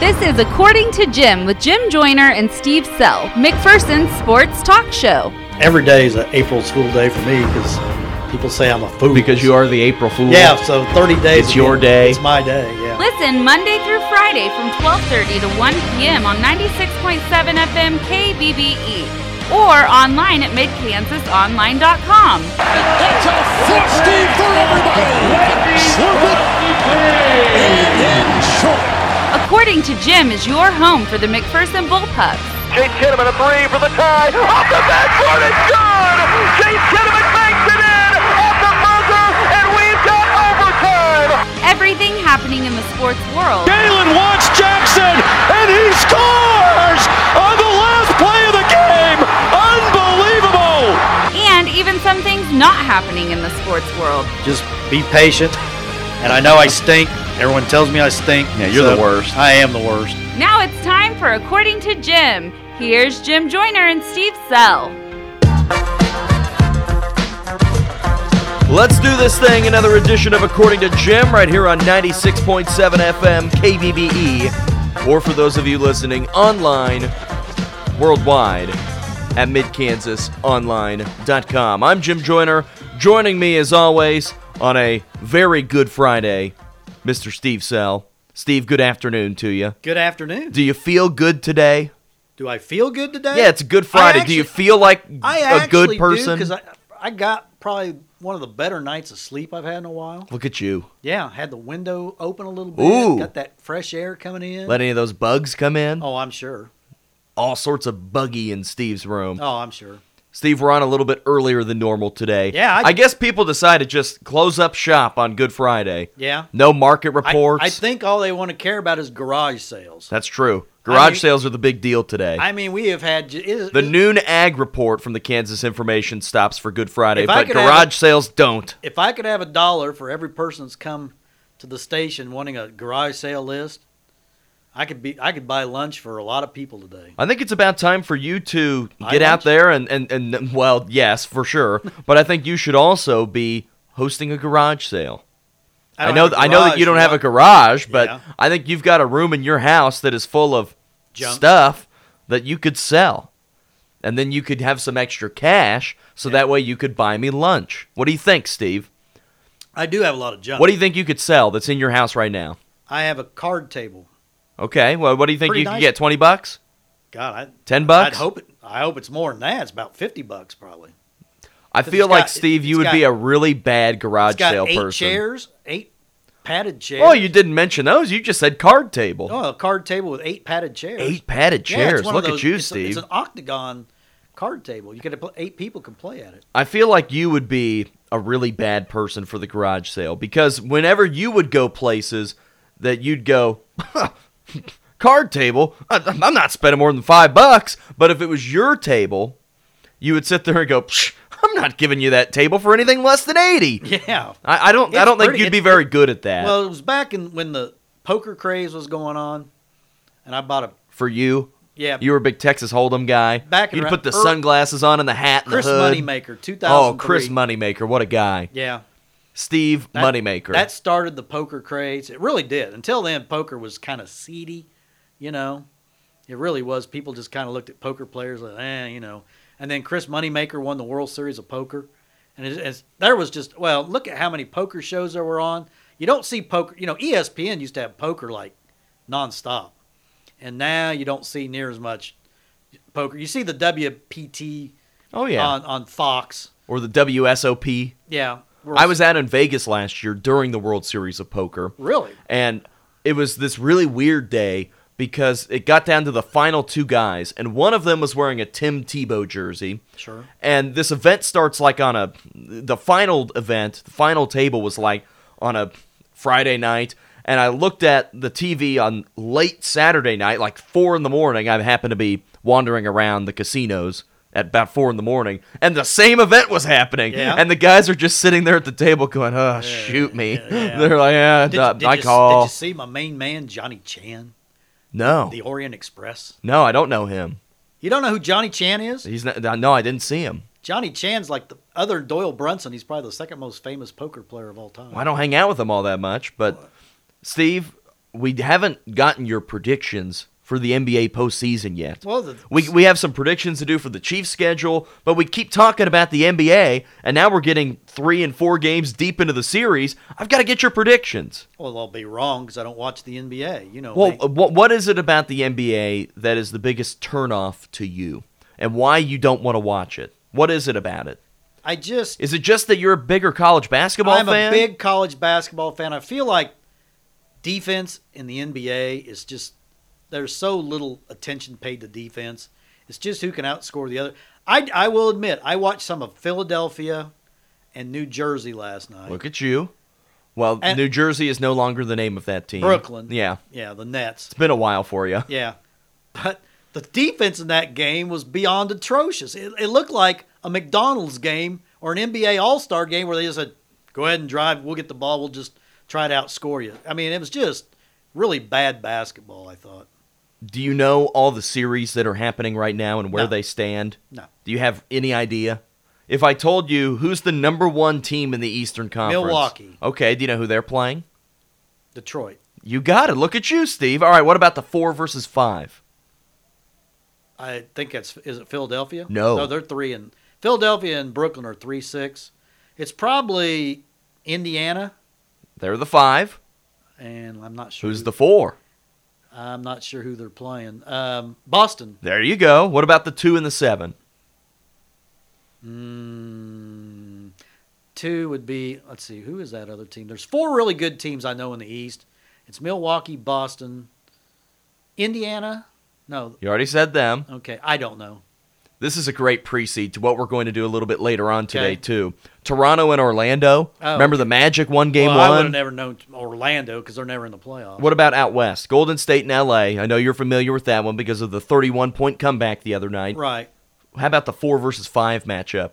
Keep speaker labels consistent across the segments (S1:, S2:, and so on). S1: This is According to Jim with Jim Joyner and Steve Sell, McPherson's sports talk show.
S2: Every day is an April school day for me because people say I'm a fool.
S3: Because you are the April Fool.
S2: Yeah, so 30 days.
S3: It's your day.
S2: It's my day, yeah.
S1: Listen Monday through Friday from 12:30 to 1 p.m. on 96.7 FM KBBE E or online at midkansasonline.com.
S4: That's a flush deep for everybody. Slurp it and in short.
S1: According to Jim is your home for the McPherson Bullpups.
S5: Chase Kinnaman a three for the tie. Off the backboard, it's good! Chase Kinnaman banks it in at the buzzer, and we've got overtime!
S1: Everything happening in the sports world
S4: Galen wants Jackson, and he scores on the last play of the game. Unbelievable!
S1: and even some things not happening in the sports world.
S2: Just be patient. And I know I stink. Everyone tells me I stink.
S3: Yeah, you're the worst.
S2: I am the worst.
S1: Now it's time for According to Jim. Here's Jim Joyner and Steve Sell.
S3: Let's do this thing. Another edition of According to Jim right here on 96.7 FM KBBE. E. Or for those of you listening online, worldwide, at midkansasonline.com. I'm Jim Joyner. Joining me, as always, on a very good Friday, Mr. Steve Sell. Steve, good afternoon to you.
S2: Good afternoon.
S3: Do you feel good today?
S2: Do I feel good today?
S3: Yeah, it's a good Friday.
S2: I
S3: do you
S2: actually-
S3: feel like
S2: I
S3: a
S2: actually
S3: good person?
S2: do, 'cause I, I got probably one of the better nights of sleep I've had in a while.
S3: Look at you.
S2: Yeah, had the window open a little bit.
S3: Ooh.
S2: Got that fresh air coming in.
S3: Let any of those bugs come in?
S2: oh, I'm sure.
S3: All sorts of buggy in Steve's room.
S2: Oh, I'm sure.
S3: Steve, we're on a little bit earlier than normal today.
S2: Yeah,
S3: I,
S2: I-
S3: guess people decide to just close up shop on Good Friday.
S2: Yeah.
S3: No market
S2: I-
S3: reports.
S2: I, think all they want to care about is garage sales.
S3: That's true. Garage
S2: mean-
S3: sales are the big deal today.
S2: I mean, we have had j- it,
S3: the
S2: it-
S3: noon ag report from the Kansas Information stops for Good Friday,
S2: If I
S3: but
S2: could have
S3: garage
S2: a-
S3: sales don't.
S2: If I could have a dollar for every person that's come to the station wanting a garage sale list, I could be I could buy lunch for a lot of people today.
S3: I think it's about time for you to
S2: I
S3: get out
S2: want you.
S3: there and, and, and, well, yes, for sure. but I think you should also be hosting a garage sale. I,
S2: don't
S3: know
S2: have a
S3: th- I know that
S2: garage,
S3: you don't have a
S2: but-
S3: garage, but
S2: Yeah.
S3: I think you've got a room in your house that is full of
S2: Junk.
S3: stuff that you could sell. And then you could have some extra cash so that way you could buy me lunch. What do you think, Steve?
S2: I do have a lot of junk.
S3: What do you think you could sell that's in your house right now?
S2: I have a card table.
S3: Okay. Well, what do you think
S2: Pretty
S3: you could
S2: nice.
S3: get? 20 bucks?
S2: God, I
S3: 10
S2: I'd
S3: bucks?
S2: hope it. I hope it's more than that. It's about fifty bucks probably.
S3: I
S2: 'Cause
S3: feel
S2: it's
S3: like
S2: got-
S3: Steve, you
S2: it's
S3: would be
S2: got-
S3: a really bad garage
S2: It's got
S3: sale
S2: eight
S3: person.
S2: chairs, eight padded chairs.
S3: Oh, you didn't mention those. You just said card table.
S2: Oh, a card table with eight padded chairs.
S3: Eight padded
S2: Yeah, it's
S3: chairs.
S2: one of
S3: Look at
S2: those-
S3: you,
S2: it's a-
S3: Steve.
S2: it's an octagon card table. You could pl- eight people could play at it.
S3: I feel like you would be a really bad person for the garage sale because whenever you would go places that you'd go card table, I- I'm not spending more than five bucks. But if it was your table, you would sit there and go, Psh, I'm not giving you that table for anything less than eighty.
S2: Yeah.
S3: I, I don't. I
S2: It's
S3: don't think
S2: pretty-
S3: you'd be
S2: it-
S3: very good at that.
S2: Well, it was back in when the poker craze was going on, and I bought a
S3: for you,
S2: yeah
S3: you were a big Texas Hold'em guy.
S2: Back
S3: you'd
S2: around-
S3: put the
S2: er-
S3: sunglasses on and the hat and
S2: Chris
S3: the hood.
S2: Moneymaker two
S3: Oh,
S2: thousand.
S3: Chris Moneymaker, what a guy!
S2: Yeah,
S3: Steve
S2: that-
S3: Moneymaker.
S2: That started the poker craze. It really did. Until then, poker was kind of seedy. You know, it really was. People just kind of looked at poker players like, eh, you know. And then Chris Moneymaker won the World Series of Poker, and it, it's, there was just well, look at how many poker shows there were on. You don't see poker. You know, E ESPN used to have poker like nonstop, and now you don't see near as much poker. You see the WPT
S3: oh yeah.
S2: on on Fox.
S3: or the WSOP.
S2: Yeah, World
S3: I was out in Vegas last year during the World Series of Poker,
S2: really
S3: and it was this really weird day because it got down to the final two guys, and one of them was wearing a Tim Tebow jersey.
S2: sure.
S3: And this event starts like on a the final event, the final table was like on a Friday night. And I looked at the TV on late Saturday night, like four in the morning. I happened to be wandering around the casinos at about four in the morning, and the same event was happening.
S2: Yeah.
S3: And the guys are just sitting there at the table going, "Oh, shoot me!"
S2: yeah.
S3: They're like, "Yeah,
S2: Did,
S3: I-
S2: you, did
S3: I
S2: you-
S3: call."
S2: Did you see my main man Johnny Chan,
S3: no,
S2: the Orient Express?
S3: no, I don't know him.
S2: You don't know who Johnny Chan is?
S3: He's not, no, I didn't see him.
S2: Johnny Chan's like the other Doyle Brunson. He's probably the second most famous poker player of all time.
S3: I don't hang out with him all that much, but Steve, we haven't gotten your predictions for the NBA postseason yet.
S2: Well, the-
S3: we we have some predictions to do for the Chiefs schedule, but we keep talking about the NBA, and now we're getting three and four games deep into the series. I've got to get your predictions.
S2: Well, I'll be wrong because I don't watch the NBA. You know,
S3: Well, uh,
S2: me.
S3: what what is it about the NBA that is the biggest turnoff to you, and why you don't want to watch it? What is it about it?
S2: I just
S3: Is it just that you're a bigger college basketball
S2: I'm
S3: fan?
S2: a big college basketball fan. I feel like defense in the NBA is just there's so little attention paid to defense. It's just who can outscore the other. I, I will admit I watched some of Philadelphia and New Jersey last night.
S3: Look at you. Well,
S2: And-
S3: New Jersey is no longer the name of that team.
S2: Brooklyn.
S3: Yeah,
S2: Yeah, the Nets.
S3: it's been a while for you.
S2: Yeah. But the defense in that game was beyond atrocious. It, it looked like a McDonald's game or an NBA All Star game where they just said, go ahead and drive. We'll get the ball. We'll just try to outscore you. I mean, it was just really bad basketball, I thought.
S3: Do you know all the series that are happening right now and where
S2: No.
S3: they stand?
S2: No.
S3: Do you have any idea? If I told you who's the number one team in the Eastern Conference,
S2: Milwaukee.
S3: Okay, do you know who they're playing?
S2: Detroit.
S3: You got it. Look at you, Steve. All right, what about the four versus five?
S2: I think that's, is it Philadelphia?
S3: No.
S2: No, they're three and Philadelphia and Brooklyn are three six. It's probably Indiana,
S3: They're the five.
S2: and I'm not sure.
S3: Who's
S2: who-
S3: the four?
S2: I'm not sure who they're playing. Um, Boston.
S3: There you go. What about the two and the seven?
S2: Mm, two would be let's see who is that other team there's four really good teams i know in the east it's milwaukee boston indiana no
S3: You already said them.
S2: okay i don't know
S3: This is a great pre-seed to what we're going to do a little bit later on today
S2: Okay.
S3: too. Toronto and Orlando.
S2: Oh,
S3: Remember
S2: okay.
S3: the Magic one game
S2: well, i would
S3: one.
S2: have never known orlando because they're never in the playoffs
S3: What about out west? Golden State and LA. I know you're familiar with that one because of the 31 point comeback the other night.
S2: right
S3: How about the four versus five matchup?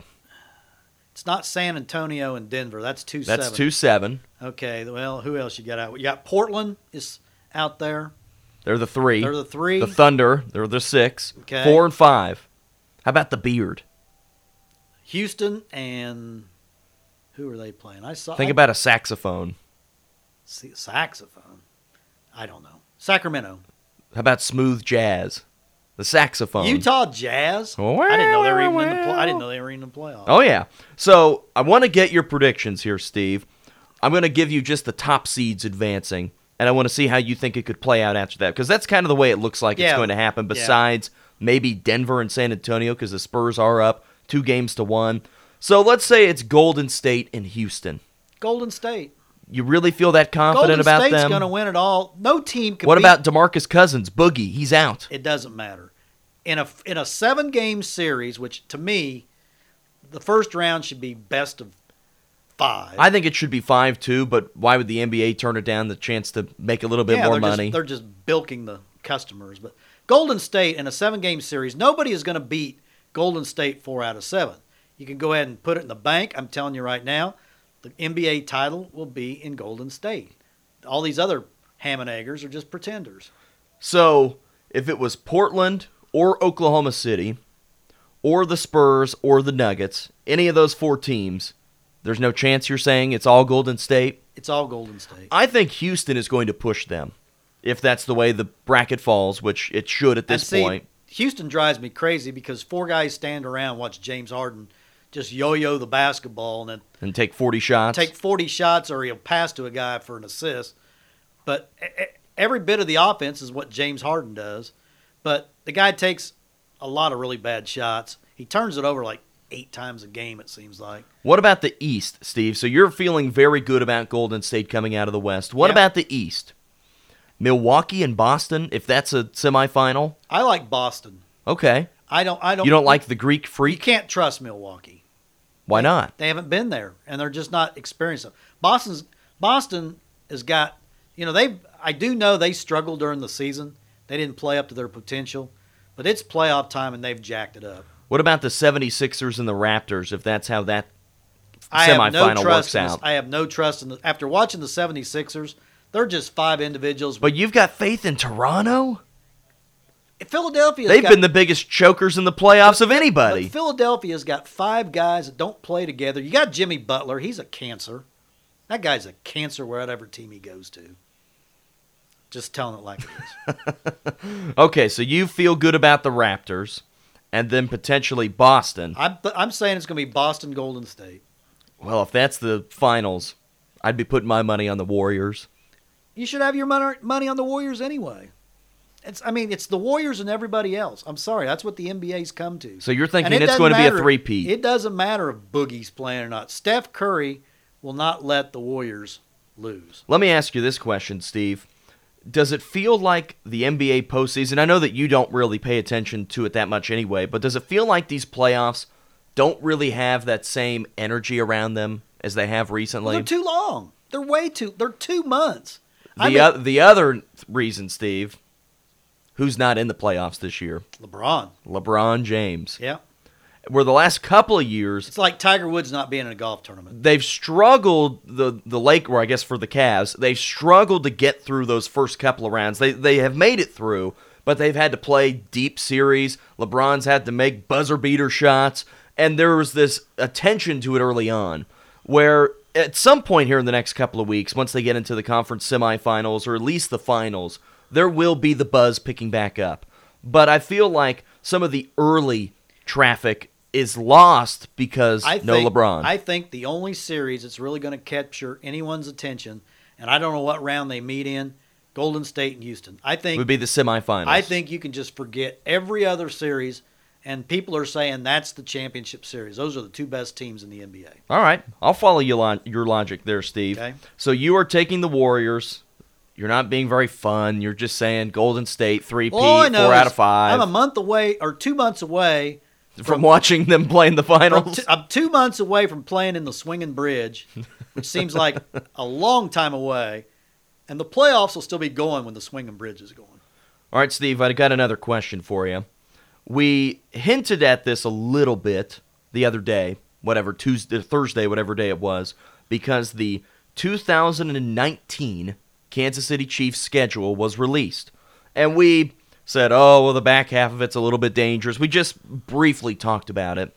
S2: it's not san antonio and denver that's two
S3: That's
S2: seven.
S3: two seven.
S2: okay well who else you got out you got portland is out there
S3: They're the three.
S2: they're the three
S3: The Thunder. They're the six.
S2: Okay.
S3: Four and five. How about the Beard?
S2: houston and who are they playing i saw
S3: Think
S2: Uh, I-
S3: about a saxophone.
S2: see, saxophone i don't know sacramento
S3: How about smooth jazz? The saxophone.
S2: Utah Jazz.
S3: Wow,
S2: I didn't know they were even in the. Play-
S3: wow.
S2: I didn't know they were even in the playoffs.
S3: Oh yeah. So I want to get your predictions here, Steve. I'm going to give you just the top seeds advancing, and I want to see how you think it could play out after that because that's kind of the way it looks like it's
S2: Yeah.
S3: going to happen.
S2: Yeah.
S3: Besides maybe Denver and San Antonio because the Spurs are up two games to one. So let's say it's Golden State and Houston.
S2: Golden State.
S3: You really feel that confident
S2: Golden
S3: about
S2: State's
S3: them?
S2: going to win it all. No team can.
S3: what
S2: beat-
S3: about Demarcus Cousins? Boogie, he's out.
S2: It doesn't matter. In a in a seven game series, which to me, the first round should be best of five.
S3: I think it should be five two, but why would the NBA turn it down? The chance to make a little bit more
S2: they're
S3: money.
S2: Just, they're just bilking the customers. But Golden State in a seven game series, nobody is going to beat Golden State four out of seven. You can go ahead and put it in the bank. I'm telling you right now, the NBA title will be in Golden State. All these other ham and eggers are just pretenders.
S3: So if it was Portland or Oklahoma City or the Spurs or the Nuggets, any of those four teams, there's no chance you're saying it's all Golden State.
S2: It's all Golden State.
S3: I think Houston is going to push them if that's the way the bracket falls, which it should at
S2: And
S3: this
S2: see,
S3: point.
S2: Houston drives me crazy because four guys stand around and watch James Harden just yo-yo the basketball and then
S3: And take 40 shots.
S2: take 40 shots or he'll pass to a guy for an assist. But e- e- every bit of the offense is what James Harden does. But the guy takes a lot of really bad shots. He turns it over like eight times a game, it seems like.
S3: what about the East, Steve? So you're feeling very good about Golden State coming out of the West. What
S2: Yeah.
S3: about the East? Milwaukee and Boston, if that's a semifinal,
S2: I like Boston.
S3: okay.
S2: I don't. I don't.
S3: You don't like the Greek
S2: You
S3: freak?
S2: can't trust Milwaukee.
S3: Why not?
S2: They haven't been there, and they're just not experienced. enough. Boston's Boston has got, you know, they. I do know they struggled during the season. They didn't play up to their potential, but it's playoff time, and they've jacked it up.
S3: What about the 76ers and the Raptors, if that's how that
S2: I have no
S3: semifinal
S2: trust
S3: works
S2: in this-
S3: out?
S2: I have no trust in the after watching the 76ers, they're just five individuals. But
S3: But you've got faith in Toronto?
S2: Philadelphia
S3: They've been the biggest chokers in the playoffs of anybody.
S2: Philadelphia's got five guys that don't play together. You got Jimmy Butler, he's a cancer. That guy's a cancer wherever team he goes to. Just telling it like it is.
S3: Okay, so you feel good about the Raptors and then potentially Boston.
S2: I'm, I'm saying it's going to be Boston Golden State.
S3: Well, if that's the finals, I'd be putting my money on the Warriors.
S2: You should have your mon- money on the Warriors anyway. It's I mean it's the Warriors and everybody else. I'm sorry, that's what the NBA's come to.
S3: So you're thinking
S2: And it
S3: it's
S2: doesn't
S3: going to be a
S2: matter-
S3: three-peat.
S2: It doesn't matter if Boogie's playing or not. Steph Curry will not let the Warriors lose.
S3: Let me ask you this question, Steve. Does it feel like the NBA postseason? I know that you don't really pay attention to it that much anyway, but does it feel like these playoffs don't really have that same energy around them as they have recently?
S2: They're too long. They're way too. They're two months.
S3: the,
S2: I mean,
S3: oth- the other reason, Steve, who's not in the playoffs this year?
S2: LeBron.
S3: LeBron James.
S2: Yeah,
S3: Where the last couple of years,
S2: it's like Tiger Woods not being in a golf tournament.
S3: they've struggled the the lake or I guess for the Cavs, they've struggled to get through those first couple of rounds. They they have made it through, but they've had to play deep series. LeBron's had to make buzzer beater shots, and there was this attention to it early on where at some point here in the next couple of weeks, once they get into the conference semifinals or at least the finals, there will be the buzz picking back up. But I feel like some of the early traffic is lost because
S2: I
S3: no
S2: think,
S3: LeBron.
S2: I think the only series that's really going to capture anyone's attention, and I don't know what round they meet in, Golden State and Houston. I think
S3: would be the semifinals.
S2: I think you can just forget every other series, and people are saying that's the championship series. Those are the two best teams in the NBA.
S3: All right, I'll follow you lo- your logic there, Steve.
S2: Okay.
S3: So you are taking the Warriors. You're not being very fun. You're just saying Golden State three P
S2: All I
S3: four
S2: know
S3: out
S2: is
S3: of 5
S2: I'm a month away or two months away
S3: from, watching them play in the
S2: from
S3: finals.
S2: t- I'm two months away from playing in the swinging bridge, which seems like a long time away, and the playoffs will still be going when the swinging bridge is going.
S3: All right, Steve, I got another question for you. We hinted at this a little bit the other day, whatever Tuesday, Thursday, whatever day it was, because the 2019 Kansas City Chiefs schedule was released, and we said, "Oh, well, the back half of it's a little bit dangerous." We just briefly talked about it.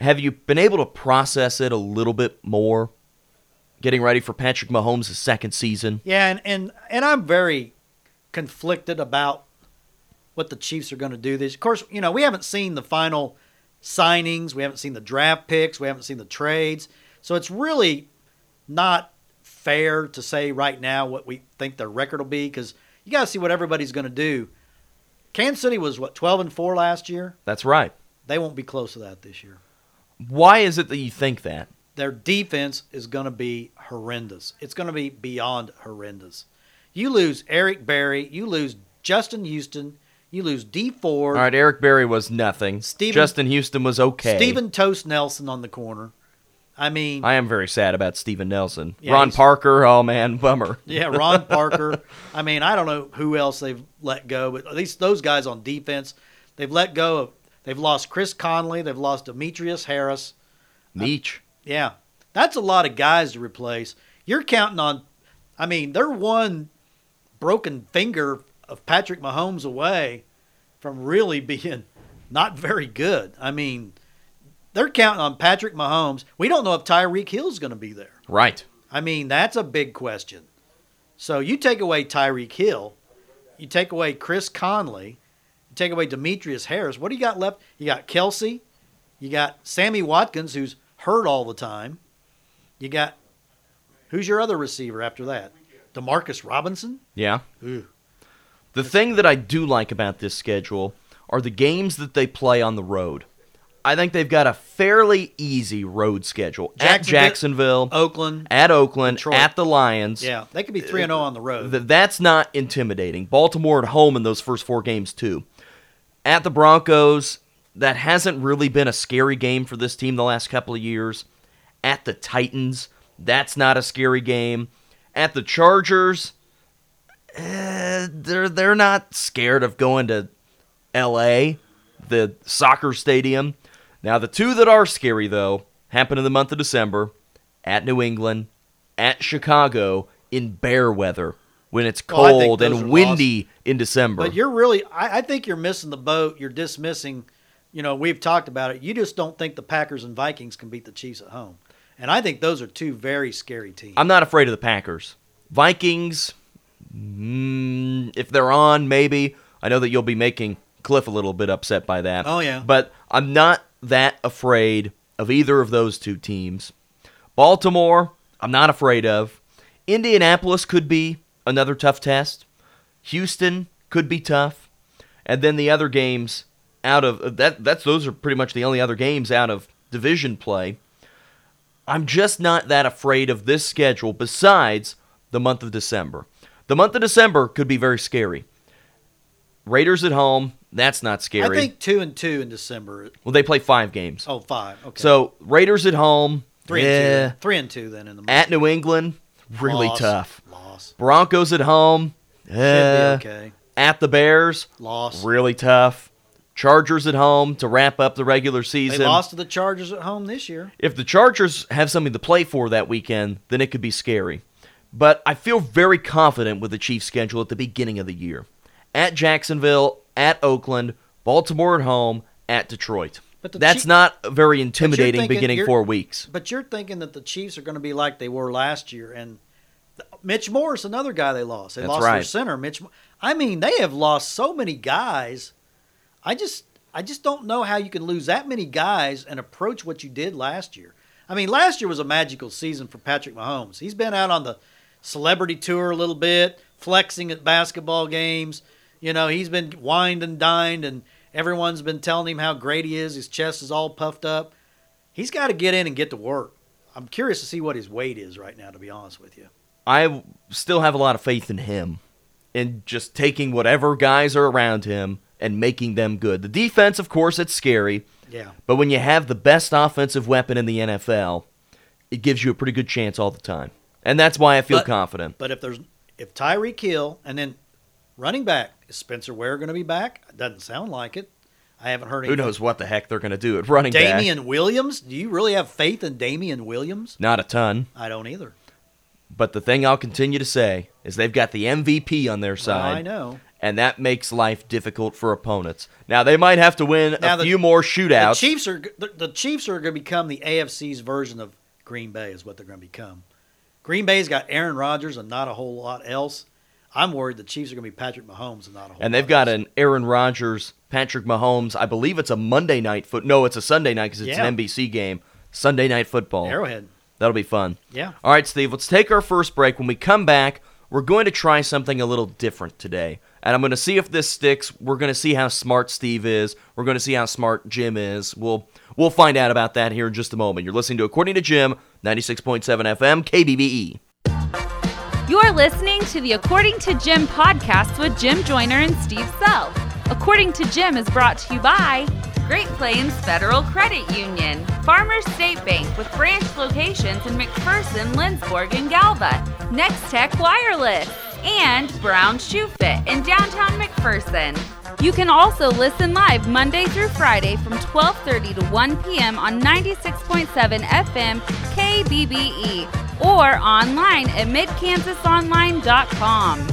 S3: Have you been able to process it a little bit more? Getting ready for Patrick Mahomes' second season.
S2: Yeah, and and, and I'm very conflicted about what the Chiefs are going to do this. Of course, you know, we haven't seen the final signings, we haven't seen the draft picks, we haven't seen the trades. So it's really not fair to say right now what we think their record will be cuz you got to see what everybody's going to do. Kansas City was what 12 and 4 last year.
S3: That's right.
S2: They won't be close to that this year.
S3: Why is it that you think that?
S2: Their defense is going to be horrendous. It's going to be beyond horrendous. You lose Eric Berry, you lose Justin Houston, you lose D Ford,
S3: All right, Eric Berry was nothing.
S2: Steven-
S3: Justin Houston was okay.
S2: Stephen Toast Nelson on the corner. I mean,
S3: I am very sad about Steven Nelson.
S2: Yeah,
S3: Ron
S2: he's-
S3: Parker, oh man, bummer.
S2: yeah, Ron Parker. I mean, I don't know who else they've let go, but at least those guys on defense, they've let go of. They've lost Chris Conley, they've lost Demetrius Harris.
S3: Meech.
S2: Yeah, that's a lot of guys to replace. You're counting on, I mean, they're one broken finger of Patrick Mahomes away from really being not very good. I mean, they're counting on Patrick Mahomes. We don't know if Tyreek Hill's going to be there.
S3: Right.
S2: I mean, that's a big question. So you take away Tyreek Hill, you take away Chris Conley, you take away Demetrius Harris. What do you got left? You got Kelsey, you got Sammy Watkins, who's hurt all the time. You got who's your other receiver after that? Demarcus Robinson.
S3: Yeah.
S2: Ooh.
S3: The thing that I do like about this schedule are the games that they play on the road. I think they've got a fairly easy road schedule at
S2: Jacksonville-
S3: Jacksonville,
S2: Oakland.
S3: at Oakland,
S2: Detroit.
S3: at the Lions.
S2: Yeah, they could be three and zero on the road.
S3: Th- that's not intimidating. Baltimore at home in those first four games too. At the Broncos, that hasn't really been a scary game for this team the last couple of years. At the Titans, that's not a scary game. At the Chargers, eh, they're they're not scared of going to L.A., the soccer stadium. Now the two that are scary though happen in the month of December, at New England, at Chicago in bear weather when it's
S2: Oh, I think
S3: cold
S2: those are
S3: and windy in December.
S2: But you're really, I, I think you're missing the boat. You're dismissing, you know, we've talked about it. You just don't think the Packers and Vikings can beat the Chiefs at home. And I think those are two very scary teams.
S3: I'm not afraid of the Packers. Vikings, Mm, if they're on, maybe. I know that you'll be making Cliff a little bit upset by that.
S2: Oh, yeah.
S3: But I'm not that afraid of either of those two teams. Baltimore, I'm not afraid of. Indianapolis could be another tough test. Houston could be tough. And then the other games out of that that's those are pretty much the only other games out of division play. I'm just not that afraid of this schedule besides the month of December. The month of December could be very scary. Raiders at home, that's not
S2: I
S3: scary.
S2: think two and two in December.
S3: well, they play 5 games.
S2: Oh, five. Okay.
S3: So, Raiders at home,
S2: three
S3: eh,
S2: and two. Three and two then in the month.
S3: at New England, really
S2: Loss.
S3: tough.
S2: Loss.
S3: Broncos at home, eh,
S2: Should be okay.
S3: at the Bears,
S2: Loss.
S3: really tough. Chargers at home to wrap up the regular
S2: They
S3: season.
S2: lost to the Chargers at home this year.
S3: If the Chargers have something to play for that weekend, then it could be scary. But I feel very confident with the Chiefs' schedule at the beginning of the year. At Jacksonville, at Oakland, Baltimore at home, at Detroit.
S2: But the
S3: That's
S2: Chief-
S3: not a very intimidating
S2: thinking-
S3: beginning
S2: you're-
S3: four weeks.
S2: But you're thinking that the Chiefs are going to be like they were last year, and Mitch Morris, another guy they lost. They
S3: That's
S2: lost their
S3: right.
S2: center, Mitch. Mo- I mean, they have lost so many guys. I just, I just don't know how you can lose that many guys and approach what you did last year. I mean, last year was a magical season for Patrick Mahomes. He's been out on the celebrity tour a little bit, flexing at basketball games. You know, he's been wined and dined, and everyone's been telling him how great he is. His chest is all puffed up he's got to get in and get to work. I'm curious to see what his weight is right now, to be honest with you.
S3: I still have a lot of faith in him in just taking whatever guys are around him and making them good. The defense, of course, it's scary.
S2: Yeah.
S3: But when you have the best offensive weapon in the NFL, it gives you a pretty good chance all the time. And that's why I feel
S2: But-
S3: confident.
S2: But if there's if Tyreek Hill and then running back is Spencer Ware going to be back? Doesn't sound like it. I haven't heard
S3: Who
S2: anything.
S3: knows what the heck they're going to do at running back?
S2: Damian Williams? Do you really have faith in Damian Williams?
S3: Not a ton.
S2: I don't either.
S3: But the thing I'll continue to say is they've got the MVP on their side.
S2: I know.
S3: And that makes life difficult for opponents. Now, they might have to win
S2: Now,
S3: a
S2: the-
S3: few more
S2: The
S3: shootouts.
S2: Chiefs are the, the Chiefs are going to become the AFC's version of Green Bay is what they're going to become. Green Bay's got Aaron Rodgers and not a whole lot else. I'm worried the Chiefs are going to be Patrick Mahomes and not a whole. lot
S3: and they've got
S2: else.
S3: an Aaron Rodgers, Patrick Mahomes. I believe it's a Monday night foot. No, it's a Sunday night because it's
S2: Yeah.
S3: an NBC game. Sunday night football.
S2: Arrowhead.
S3: That'll be fun.
S2: Yeah.
S3: All right, Steve, let's take our first break. When we come back, we're going to try something a little different today. And I'm going to see if this sticks. We're going to see how smart Steve is. We're going to see how smart Jim is. We'll we'll find out about that here in just a moment. You're listening to According to Jim, 96.7 FM, KBBE.
S1: You're listening to the According to Jim podcast with Jim Joyner and Steve Self. According to Jim is brought to you by Great Plains Federal Credit Union, Farmers State Bank with branch locations in McPherson, Lindsborg, and Galva, Next Tech Wireless, and Brown Shoe Fit in downtown McPherson. You can also listen live Monday through Friday from 12:30 to 1 p.m. on 96.7 FM KBBE E or online at midkansasonline.com.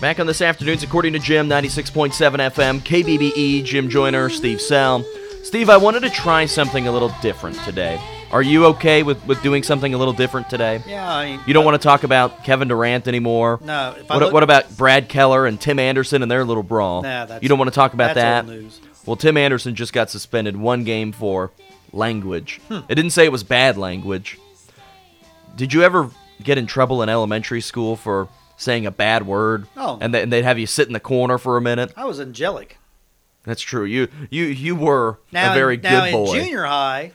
S3: Back on this afternoon's According to Jim, 96.7 FM, KBBE, E, Jim Joyner, Steve Sell. Steve, I wanted to try something a little different today. Are you okay with, with doing something a little different today?
S2: Yeah, I mean,
S3: You don't want to talk about Kevin Durant anymore.
S2: No, if I
S3: What,
S2: look-
S3: what about Brad Keller and Tim Anderson and their little brawl?
S2: Nah, that's-
S3: you don't want to talk about
S2: that's
S3: that.
S2: old news.
S3: Well, Tim Anderson just got suspended one game for language.
S2: Hmm.
S3: It didn't say it was bad language. Did you ever get in trouble in elementary school for saying a bad word?
S2: Oh.
S3: and, they, and they'd have you sit in the corner for a minute.
S2: I was angelic.
S3: That's true. You you you were
S2: Now,
S3: a very
S2: in, now
S3: good boy.
S2: in junior high,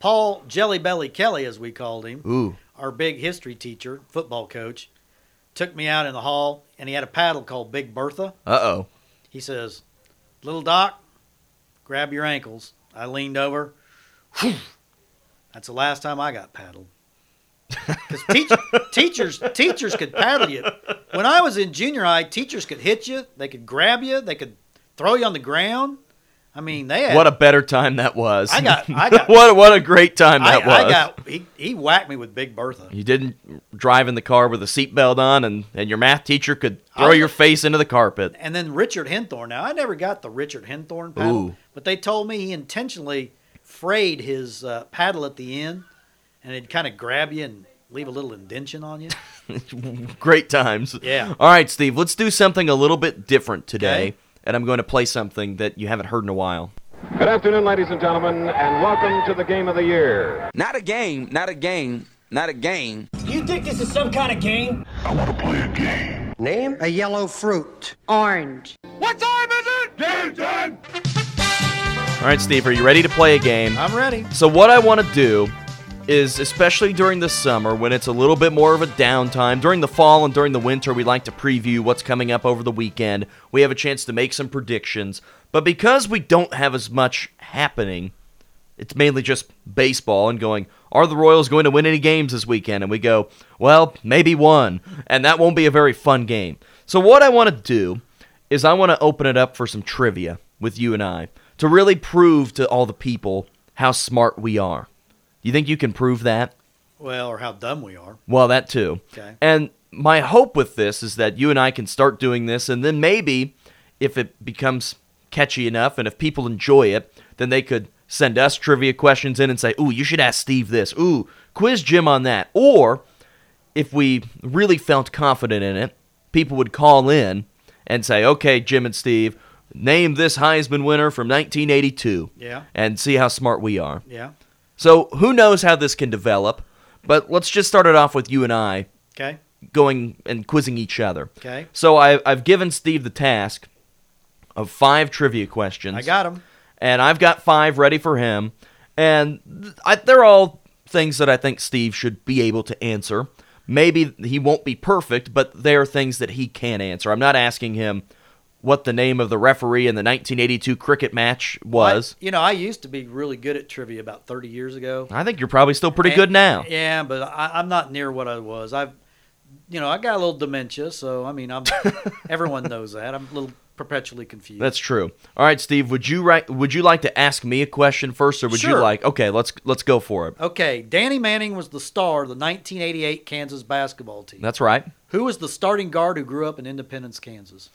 S2: Paul Jelly Belly Kelly, as we called him,
S3: Ooh,
S2: our big history teacher, football coach, took me out in the hall, and he had a paddle called Big Bertha.
S3: uh oh.
S2: He says, "Little Doc, grab your ankles." I leaned over. Whew. That's the last time I got paddled. Because teachers, teachers could paddle you. When I was in junior high, teachers could hit you. They could grab you. They could throw you on the ground. I mean, they had.
S3: What a better time that was.
S2: I got- I got-
S3: what what a great time
S2: I-
S3: that was.
S2: I got. He, he whacked me with Big Bertha.
S3: You didn't drive in the car with a seatbelt on, and, and your math teacher could throw
S2: was-
S3: your face into the carpet.
S2: and then Richard Henthorne. Now I never got the Richard Henthorne paddle,
S3: Ooh.
S2: but they told me he intentionally frayed his uh, paddle at the end, and it'd kind of grab you and leave a little indention on you.
S3: Great times.
S2: Yeah.
S3: All right, Steve, let's do something a little bit different today.
S2: Okay.
S3: And I'm going to play something that you haven't heard in a while.
S6: Good afternoon, ladies and gentlemen, and welcome to the game of the year.
S7: Not a game, not a game, not a game.
S8: You think this is some kind of game?
S9: Name a yellow fruit. Orange.
S3: All right, Steve, are you ready to play a game?
S2: I'm ready.
S3: So what I want to do is especially during the summer when it's a little bit more of a downtime, during the fall and during the winter we like to preview what's coming up over the weekend. We have a chance to make some predictions, but because we don't have as much happening, it's mainly just baseball and going, are the Royals going to win any games this weekend? And we go, well, maybe one. And that won't be a very fun game. So, what I want to do is I want to open it up for some trivia with you and I to really prove to all the people how smart we are. You think you can prove that?
S2: Well, or how dumb we are.
S3: Well, that too.
S2: Okay.
S3: And my hope with this is that you and I can start doing this, and then maybe if it becomes catchy enough and if people enjoy it, then they could send us trivia questions in and say, Ooh, you should ask Steve this. Ooh, quiz Jim on that. Or if we really felt confident in it, people would call in and say, Okay, Jim and Steve, name this Heisman winner from 1982.
S2: Yeah.
S3: And see how smart we are.
S2: Yeah.
S3: So who knows how this can develop, but let's just start it off with you and I
S2: Okay.
S3: going and quizzing each other.
S2: Okay.
S3: So I, I've given Steve the task of five trivia questions.
S2: I got him.
S3: And I've got five ready for him. And th- I, they're all things that I think Steve should be able to answer. Maybe he won't be perfect, but they are things that he can answer. I'm not asking him what the name of the referee in the 1982 cricket match was.
S2: I, you know, I used to be really good at trivia about 30 years ago.
S3: I think you're probably still pretty
S2: And-
S3: good now.
S2: Yeah, but I, I'm not near what I was. I've, you know, I got a little dementia, so I mean, I'm. everyone knows that. I'm a little perpetually confused.
S3: That's true. All right, Steve, would you right, would you like to ask me a question first or would you
S2: Sure.
S3: like okay, let's let's go for it.
S2: okay. Danny Manning was the star of the 1988 Kansas basketball team.
S3: That's right.
S2: Who was the starting guard who grew up in Independence, Kansas?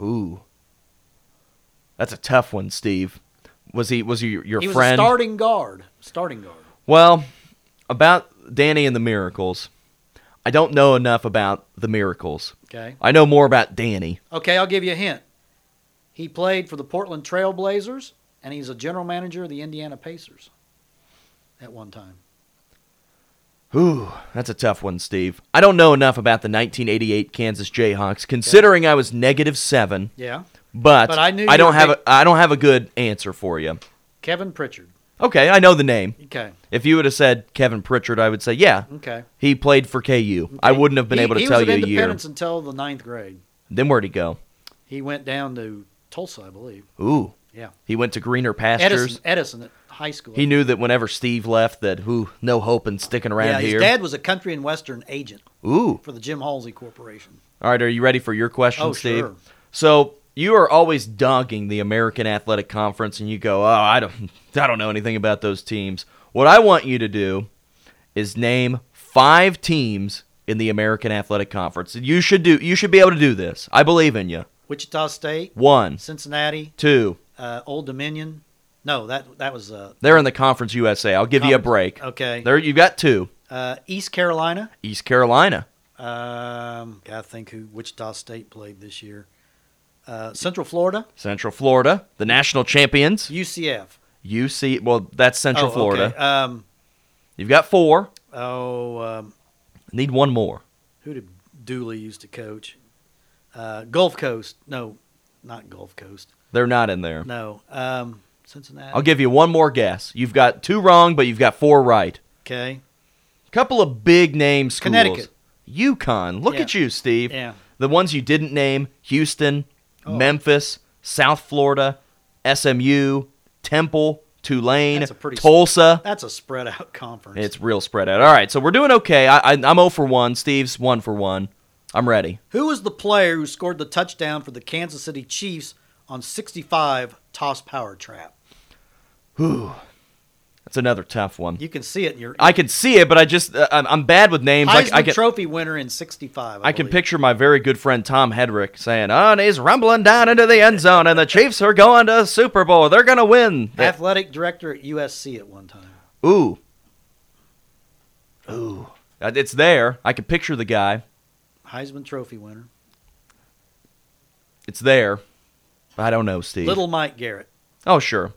S3: Ooh. That's a tough one, Steve. Was he was he your, your
S2: he was
S3: friend?
S2: a starting guard. Starting guard.
S3: well, about Danny and the Miracles. I don't know enough about the Miracles.
S2: Okay.
S3: I know more about Danny.
S2: Okay, I'll give you a hint. He played for the Portland Trail Blazers, and he's a general manager of the Indiana Pacers at one time.
S3: Ooh, that's a tough one, Steve. I don't know enough about the 1988 Kansas Jayhawks considering I was negative 7.
S2: Yeah.
S3: But,
S2: But I knew
S3: I
S2: you
S3: don't
S2: would
S3: have
S2: pick-
S3: a, I don't have a good answer for you.
S2: Kevin Pritchard.
S3: Okay, I know the name.
S2: Okay.
S3: If you would have said Kevin Pritchard, I would say yeah.
S2: Okay.
S3: He played for KU. I wouldn't have been
S2: He-
S3: able to
S2: he
S3: tell
S2: was
S3: you a
S2: at
S3: year.
S2: Independence until the ninth grade.
S3: Then where'd he go?
S2: He went down to Tulsa, I believe.
S3: Ooh,
S2: Yeah.
S3: he went to greener pastures.
S2: Edison, Edison at high school.
S3: He knew that whenever Steve left, that who no hope in sticking around
S2: yeah, his
S3: here.
S2: dad was a country and western agent
S3: Ooh.
S2: for the Jim Halsey Corporation.
S3: All right, are you ready for your question,
S2: Oh,
S3: Steve?
S2: sure.
S3: So you are always dogging the American Athletic Conference, and you go, "Oh, I don't, I don't know anything about those teams." What I want you to do is name five teams in the American Athletic Conference. You should do. You should be able to do this. I believe in you.
S2: Wichita State,
S3: One,
S2: Cincinnati,
S3: two.
S2: uh, Old Dominion. No, that that was uh,
S3: They're in the Conference USA. I'll give you a
S2: Conference.
S3: break.
S2: Okay.
S3: There, you got two.
S2: uh, East Carolina.
S3: East Carolina.
S2: Um, I think who Wichita State played this year. Uh, Central Florida,
S3: Central Florida, the national champions.
S2: UCF.
S3: UC. Well, that's Central
S2: Oh, okay.
S3: Florida.
S2: Um,
S3: You've got four.
S2: oh, um,
S3: Need one more.
S2: who did Dooley used to coach? Uh, Gulf Coast. No, not Gulf Coast.
S3: They're not in there.
S2: No. Um, Cincinnati.
S3: I'll give you one more guess. You've got two wrong, but you've got four right.
S2: Okay.
S3: Couple of big name schools.
S2: Connecticut.
S3: Yukon. Look
S2: Yeah.
S3: at you, Steve.
S2: Yeah.
S3: The ones you didn't name Houston,
S2: Oh.
S3: Memphis, South Florida, SMU, Temple, Tulane,
S2: That's a pretty s-
S3: Tulsa.
S2: That's a spread out conference.
S3: It's real spread out. All right, so we're doing okay. I, I, I'm 0 for 1. Steve's 1 for 1. I'm ready.
S2: who was the player who scored the touchdown for the Kansas City Chiefs on 65 toss power trap?
S3: That's another tough one.
S2: You can see it in your
S3: I can see it, but I just uh, I'm- I'm bad with names.
S2: Heisman
S3: Like I can
S2: Trophy winner in 65. I,
S3: I can
S2: believe.
S3: picture my very good friend Tom Hedrick saying, "Oh, and he's rumbling down into the end zone, and the Chiefs are going to Super Bowl. They're going to win." That-
S2: athletic director at USC at one time.
S3: Ooh, ooh, Uh, It's there. I can picture the guy.
S2: Heisman Trophy winner.
S3: It's there. I don't know, Steve.
S2: Little Mike Garrett.
S3: Oh, sure.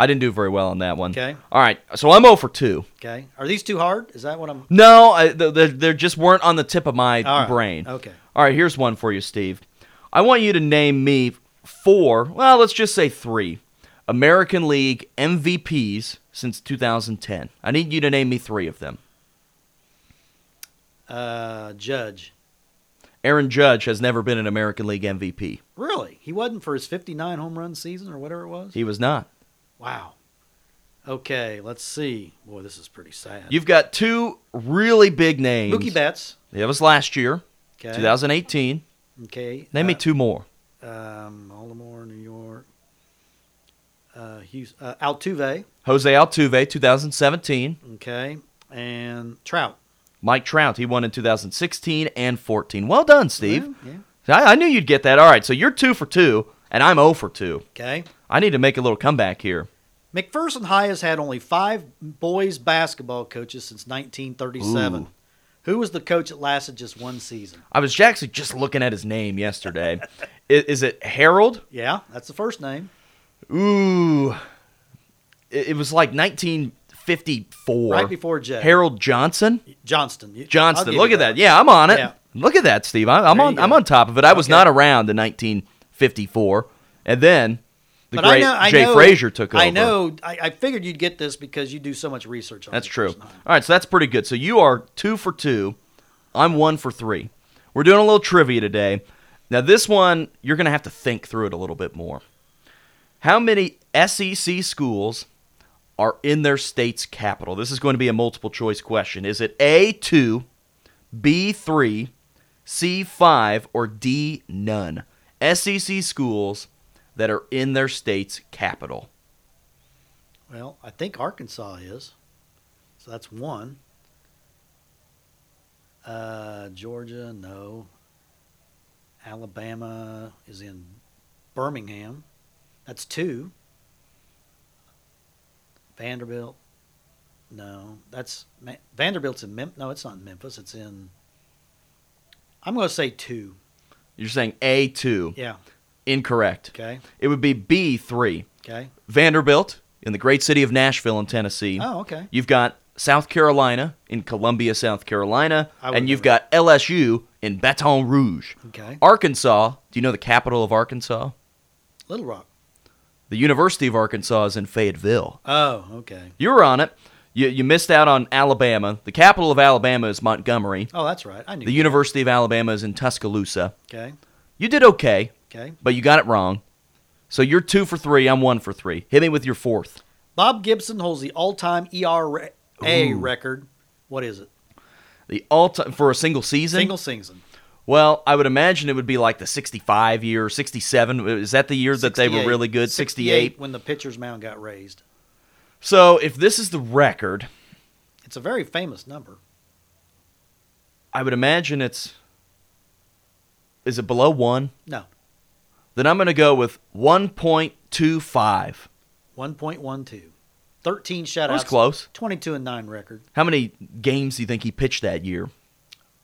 S3: I didn't do very well on that one.
S2: Okay.
S3: All right. So I'm 0 for 2.
S2: Okay. Are these too hard? Is that what I'm?
S3: No, I, th- th- they just weren't on the tip of my
S2: All right.
S3: brain.
S2: Okay.
S3: All right, here's one for you, Steve. I want you to name me four, well, let's just say three, American League MVPs since 2010. I need you to name me three of them.
S2: Uh, Judge.
S3: Aaron Judge has never been an American League MVP.
S2: Really? He wasn't for his 59 home run season or whatever it was.
S3: He was not.
S2: Wow. Okay. Let's see. Boy, this is pretty sad.
S3: You've got two really big names.
S2: Mookie Betts.
S3: That was last year,
S2: Okay. Uh.
S3: 2018.
S2: Okay.
S3: Name me two more.
S2: two. Um, Baltimore, New York. Uh, Houston, uh, Altuve.
S3: Jose Altuve, 2017.
S2: Okay. And Trout.
S3: Mike Trout, he won in 2016 and 14. Well done, Steve.
S2: Yeah, yeah.
S3: I, I knew you'd get that. All right, so you're two for two, and I'm 0 for two.
S2: Okay.
S3: I need to make a little comeback here.
S2: McPherson High has had only five boys basketball coaches since 1937. Who was the coach that lasted just one season?
S3: I was actually just looking at his name yesterday. is, is it Harold?
S2: Yeah, that's the first name.
S3: Ooh, it, it was like 1954.
S2: Right before Jay.
S3: Harold Johnson.
S2: Johnston. You- I'll
S3: Johnston.
S2: give
S3: Look
S2: you
S3: at that. Yeah, I'm on it.
S2: Yeah.
S3: Look at that, Steve. I, I'm
S2: There
S3: on.
S2: you
S3: I'm
S2: go.
S3: on top of it. I was
S2: Okay.
S3: not around in 1954, and then the
S2: But
S3: great
S2: I know, I
S3: Jay
S2: know-
S3: Frazier took over.
S2: I know. I, I figured you'd get this because you do so much research on
S3: That's
S2: McPherson
S3: true. All
S2: High.
S3: right, so that's pretty good. So you are two for two. I'm one for three. We're doing a little trivia today. Now, this one, you're going to have to think through it a little bit more. How many SEC schools are in their state's capital? This is going to be a multiple choice question. Is it A2, B3, C5, or D none? SEC schools that are in their state's capital.
S2: Well, I think Arkansas is. So that's one. Uh, Georgia, no. Alabama is in Birmingham. That's two. Vanderbilt, no. That's Ma- Vanderbilt's in Memphis. No, it's not in Memphis. It's in. I'm going to say two.
S3: You're saying A2.
S2: Yeah.
S3: Incorrect.
S2: Okay.
S3: It would be B3.
S2: Okay.
S3: Vanderbilt in the great city of Nashville in Tennessee.
S2: Oh, okay.
S3: You've got South Carolina in Columbia, South Carolina,
S2: I would've
S3: and you've
S2: never-
S3: got LSU in Baton Rouge.
S2: Okay.
S3: Arkansas, do you know the capital of Arkansas?
S2: Little Rock.
S3: The University of Arkansas is in Fayetteville.
S2: Oh, okay.
S3: You were on it. You, you missed out on Alabama. The capital of Alabama is Montgomery.
S2: Oh, that's right. I knew.
S3: The
S2: that.
S3: University of Alabama is in Tuscaloosa.
S2: okay.
S3: You did okay,
S2: Okay.
S3: but you got it wrong. So you're two for three. I'm one for three. Hit me with your fourth.
S2: Bob Gibson holds the all-time ERA record. What is it?
S3: The all time for a single season.
S2: Single season.
S3: Well, I would imagine it would be like the 65 year, 67. Is that the year that they were
S2: 68.
S3: really good? 68.
S2: when the pitcher's mound got raised.
S3: So if this is the record,
S2: It's a very famous number.
S3: I would imagine it's. Is it below one?
S2: No,
S3: Then I'm going to go with 1.25.
S2: 1.12. 13 shutouts.
S3: That was close.
S2: 22 and 9 record.
S3: How many games do you think he pitched that year?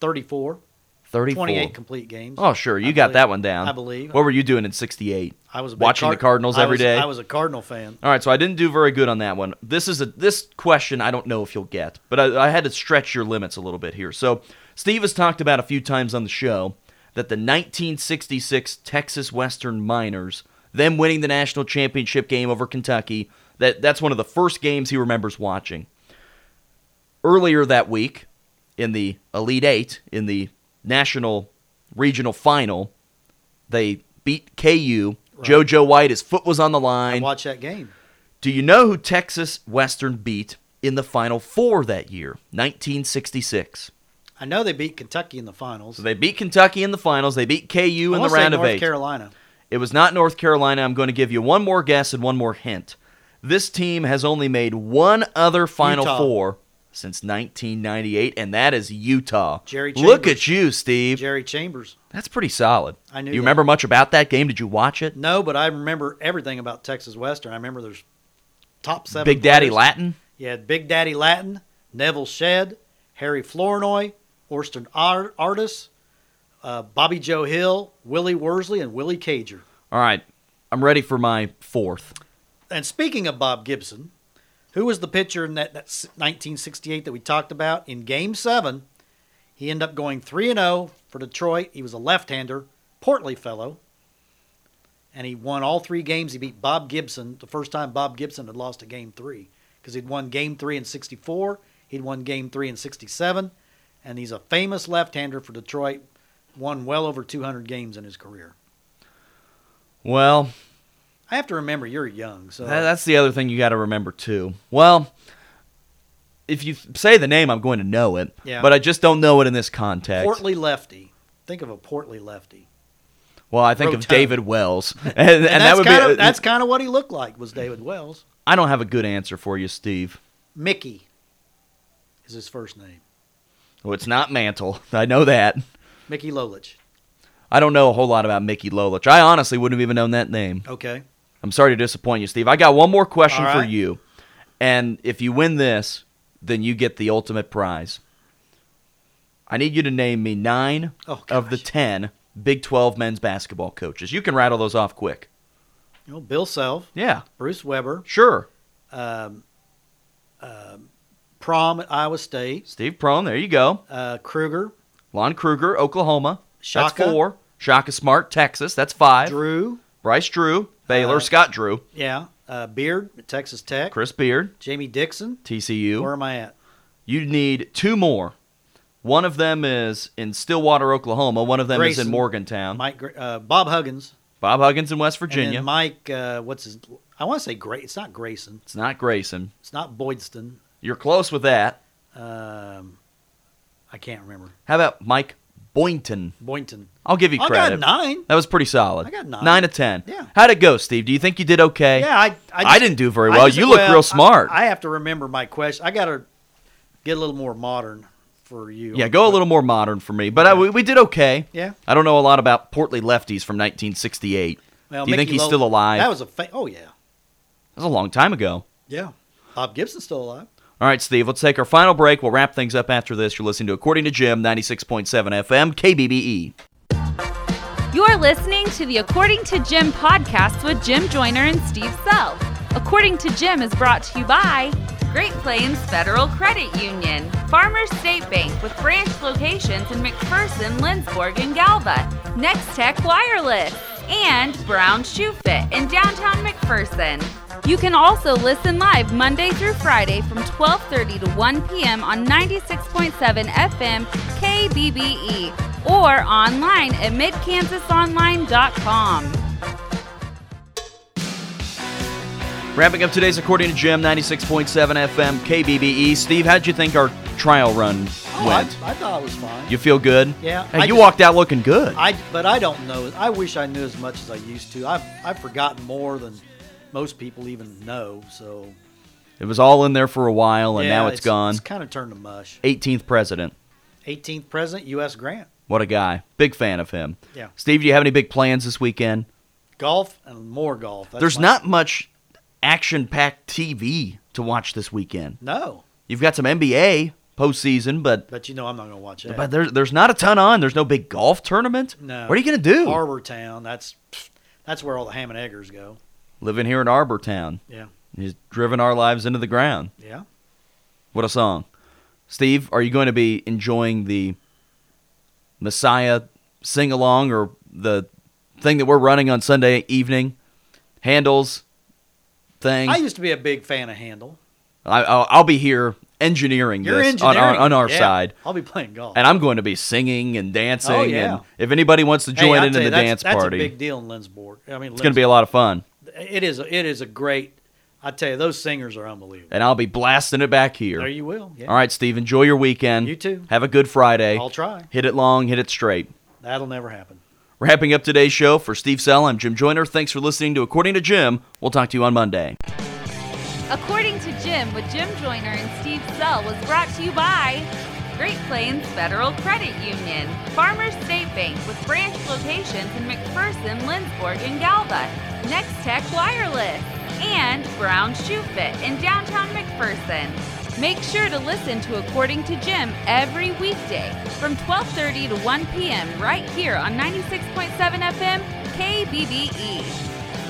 S2: 34.
S3: 34.
S2: 28 complete games.
S3: Oh, sure. You
S2: I
S3: got
S2: believe-
S3: that one down.
S2: I believe.
S3: What were you doing in 68?
S2: I was a big
S3: watching
S2: Card-
S3: the Cardinals
S2: I
S3: every
S2: was-
S3: day.
S2: I was a Cardinal fan.
S3: All right, so I didn't do very good on that one. This is a this question I don't know if you'll get, but I, I had to stretch your limits a little bit here. So Steve has talked about a few times on the show that the 1966 Texas Western Miners, them winning the national championship game over Kentucky, that that's one of the first games he remembers watching. Earlier that week, in the Elite Eight, in the national regional final, they beat KU. JoJo White, his foot was on the line.
S2: Watch that game.
S3: Do you know who Texas Western beat in the Final Four that year, 1966?
S2: I know they beat Kentucky in the finals.
S3: So they beat Kentucky in the finals. They beat KU
S2: I
S3: in the
S2: wanna say
S3: round of
S2: North
S3: eight.
S2: Carolina.
S3: It was not North Carolina. I'm going to give you one more guess and one more hint. This team has only made one other Final
S2: Utah.
S3: Four since 1998, and that is Utah.
S2: Jerry
S3: Look
S2: Chambers.
S3: at you, Steve.
S2: Jerry Chambers.
S3: That's pretty solid.
S2: I knew
S3: Do you
S2: that.
S3: remember much about that game? Did you watch it?
S2: No, but I remember everything about Texas Western. I remember there's top seven.
S3: Big Daddy
S2: players.
S3: Latin?
S2: You had Big Daddy Latin, Neville Shedd, Harry Flournoy, Orson Ar- Artis, uh, Bobby Joe Hill, Willie Worsley, and Willie Cager.
S3: All right, I'm ready for my fourth.
S2: And speaking of Bob Gibson, who was the pitcher in that, that s- 1968 that we talked about in Game Seven? He ended up going three and zero for Detroit. He was a left-hander, portly fellow, and he won all three games. He beat Bob Gibson the first time Bob Gibson had lost a game three because he'd won Game Three in '64, he'd won Game Three in '67, and he's a famous left-hander for Detroit. Won well over 200 games in his career.
S3: Well,
S2: I have to remember you're young, so
S3: That- That's the other thing you got to remember too. Well, if you say the name, I'm going to know it.
S2: Yeah.
S3: But I just don't know it in this context.
S2: portly lefty. Think of a portly lefty.
S3: well, I think of
S2: Rotund.
S3: David Wells, and, and,
S2: And,
S3: that
S2: that's
S3: would
S2: kind
S3: be.
S2: of that's kind of what he looked like was David Wells.
S3: I don't have a good answer for you, Steve.
S2: Mickey is his first name.
S3: Well, Oh, it's not Mantle. I know that.
S2: Mickey Lolich.
S3: I don't know a whole lot about Mickey Lolich. I honestly wouldn't have even known that name.
S2: Okay.
S3: I'm sorry to disappoint you, Steve. I got one more question
S2: All
S3: for
S2: right.
S3: you, and if you win this, then you get the ultimate prize. I need you to name me nine
S2: Oh,
S3: of the
S2: gosh.
S3: ten Big Twelve men's basketball coaches. You can rattle those off quick.
S2: You know, Bill Self,
S3: Yeah,
S2: Bruce Weber, um,
S3: sure.
S2: Prom at Iowa State,
S3: Steve Prohm, there you go.
S2: uh, Kruger,
S3: Lon Kruger, Oklahoma.
S2: Shaka.
S3: That's four. Shaka Smart, Texas. That's five.
S2: Drew,
S3: Bryce Drew, Baylor,
S2: Uh,
S3: Scott Drew,
S2: yeah, uh, Beard at Texas Tech,
S3: Chris Beard,
S2: Jamie Dixon.
S3: TCU.
S2: Where am I at?
S3: You need two more. One of them is in Stillwater, Oklahoma. One of them is
S2: Grayson.
S3: in Morgantown.
S2: Mike, Gra- uh, Bob Huggins,
S3: Bob Huggins in West
S2: and then
S3: Virginia.
S2: Mike. Uh, what's his? I want to say Gray. It's not Grayson.
S3: it's not Grayson.
S2: It's not Boydston.
S3: You're close with that.
S2: Um, I can't remember.
S3: How about Mike Boynton?
S2: Boynton.
S3: I'll give you
S2: I
S3: credit.
S2: got nine.
S3: That was pretty solid.
S2: I got nine.
S3: Nine to ten.
S2: Yeah.
S3: How'd it go, Steve? Do you think you did okay?
S2: Yeah, I. I,
S3: I didn't do very well. You look real
S2: I-
S3: smart.
S2: I, have to remember my question. I got to get a little more modern for you.
S3: Yeah, go a little more modern for me, but I, we, we did okay.
S2: Yeah.
S3: I don't know a lot about Portly Lefties from 1968.
S2: Well,
S3: do you think
S2: Mickey
S3: he's
S2: Lo-
S3: still alive?
S2: That was a. Fa- oh yeah,
S3: that was a long time ago.
S2: yeah. Bob Gibson's still alive.
S3: All right, Steve, let's take our final break. We'll wrap things up after this. You're listening to According to Jim, 96.7 FM, KBBE.
S1: You're listening to the According to Jim podcast with Jim Joyner and Steve Self. According to Jim is brought to you by Great Plains Federal Credit Union, Farmers State Bank with branch locations in McPherson, Lindsborg, and Galva, Next Tech Wireless, and Brown Shoe Fit in downtown McPherson. You can also listen live Monday through Friday from 12:30 to 1 p.m. on 96.7 FM KBBE E or online at midkansasonline.com.
S3: E. Wrapping up today's According to Jim, 96.7 FM, KBBE. E. Steve, how'd you think our trial run
S2: Oh, I,
S3: went?
S2: I thought it was fine.
S3: You feel good?
S2: Yeah,
S3: Hey,
S2: I
S3: you
S2: just-
S3: walked out looking good.
S2: I, but I don't know. I wish I knew as much as I used to. I've I've forgotten more than most people even know. So
S3: it was all in there for a while, and
S2: yeah,
S3: now it's gone.
S2: It's kind of turned to mush.
S3: 18th president.
S2: 18th president, U.S. Grant.
S3: What a guy. Big fan of him.
S2: Yeah.
S3: Steve, do you have any big plans this weekend?
S2: Golf and more golf. That's
S3: There's
S2: my-
S3: not much action packed TV to watch this weekend.
S2: No,
S3: You've got some NBA postseason, but
S2: but you know I'm not going to watch that.
S3: But there, there's not a ton on. There's no big golf tournament.
S2: No.
S3: What are you gonna do?
S2: Harbor Town. That's pfft, that's where all the ham and eggers go.
S3: Living here in Arbor Town.
S2: Yeah.
S3: He's driven our lives into the ground.
S2: Yeah.
S3: What a song. Steve, are you going to be enjoying the Messiah sing along or the thing that we're running on Sunday evening? Handles thing.
S2: I
S3: I,
S2: used to be a big fan of Handle.
S3: I'll, I'll be here engineering
S2: You're
S3: this on
S2: engineering
S3: our, on our
S2: Yeah,
S3: side.
S2: I'll be playing golf.
S3: And I'm going to be singing and dancing.
S2: Oh, yeah.
S3: And if anybody wants to
S2: Hey,
S3: join
S2: I'll
S3: in
S2: tell
S3: in
S2: you,
S3: the
S2: that's,
S3: dance
S2: that's
S3: party,
S2: a big deal in Lindsborg. I mean,
S3: it's going to be a lot of fun.
S2: It is. a- It is a great. I tell you, those singers are unbelievable.
S3: and I'll be blasting it back here.
S2: There you will. Yeah.
S3: All right, Steve, enjoy your weekend.
S2: You too.
S3: Have a good Friday.
S2: I'll try.
S3: Hit it long, hit it straight.
S2: That'll never happen.
S3: Wrapping up today's show for Steve Sell, I'm Jim Joyner. Thanks for listening to According to Jim. We'll talk to you on Monday.
S1: According to Jim with Jim Joyner and Steve Sell was brought to you by Great Plains Federal Credit Union, Farmers State Bank with branch locations in McPherson, Lindsborg, and Galva, Next Tech Wireless, and Brown Shoe Fit in downtown McPherson. Make sure to listen to According to Jim every weekday from 12:30 to 1 p.m. right here on 96.7 FM KBBE.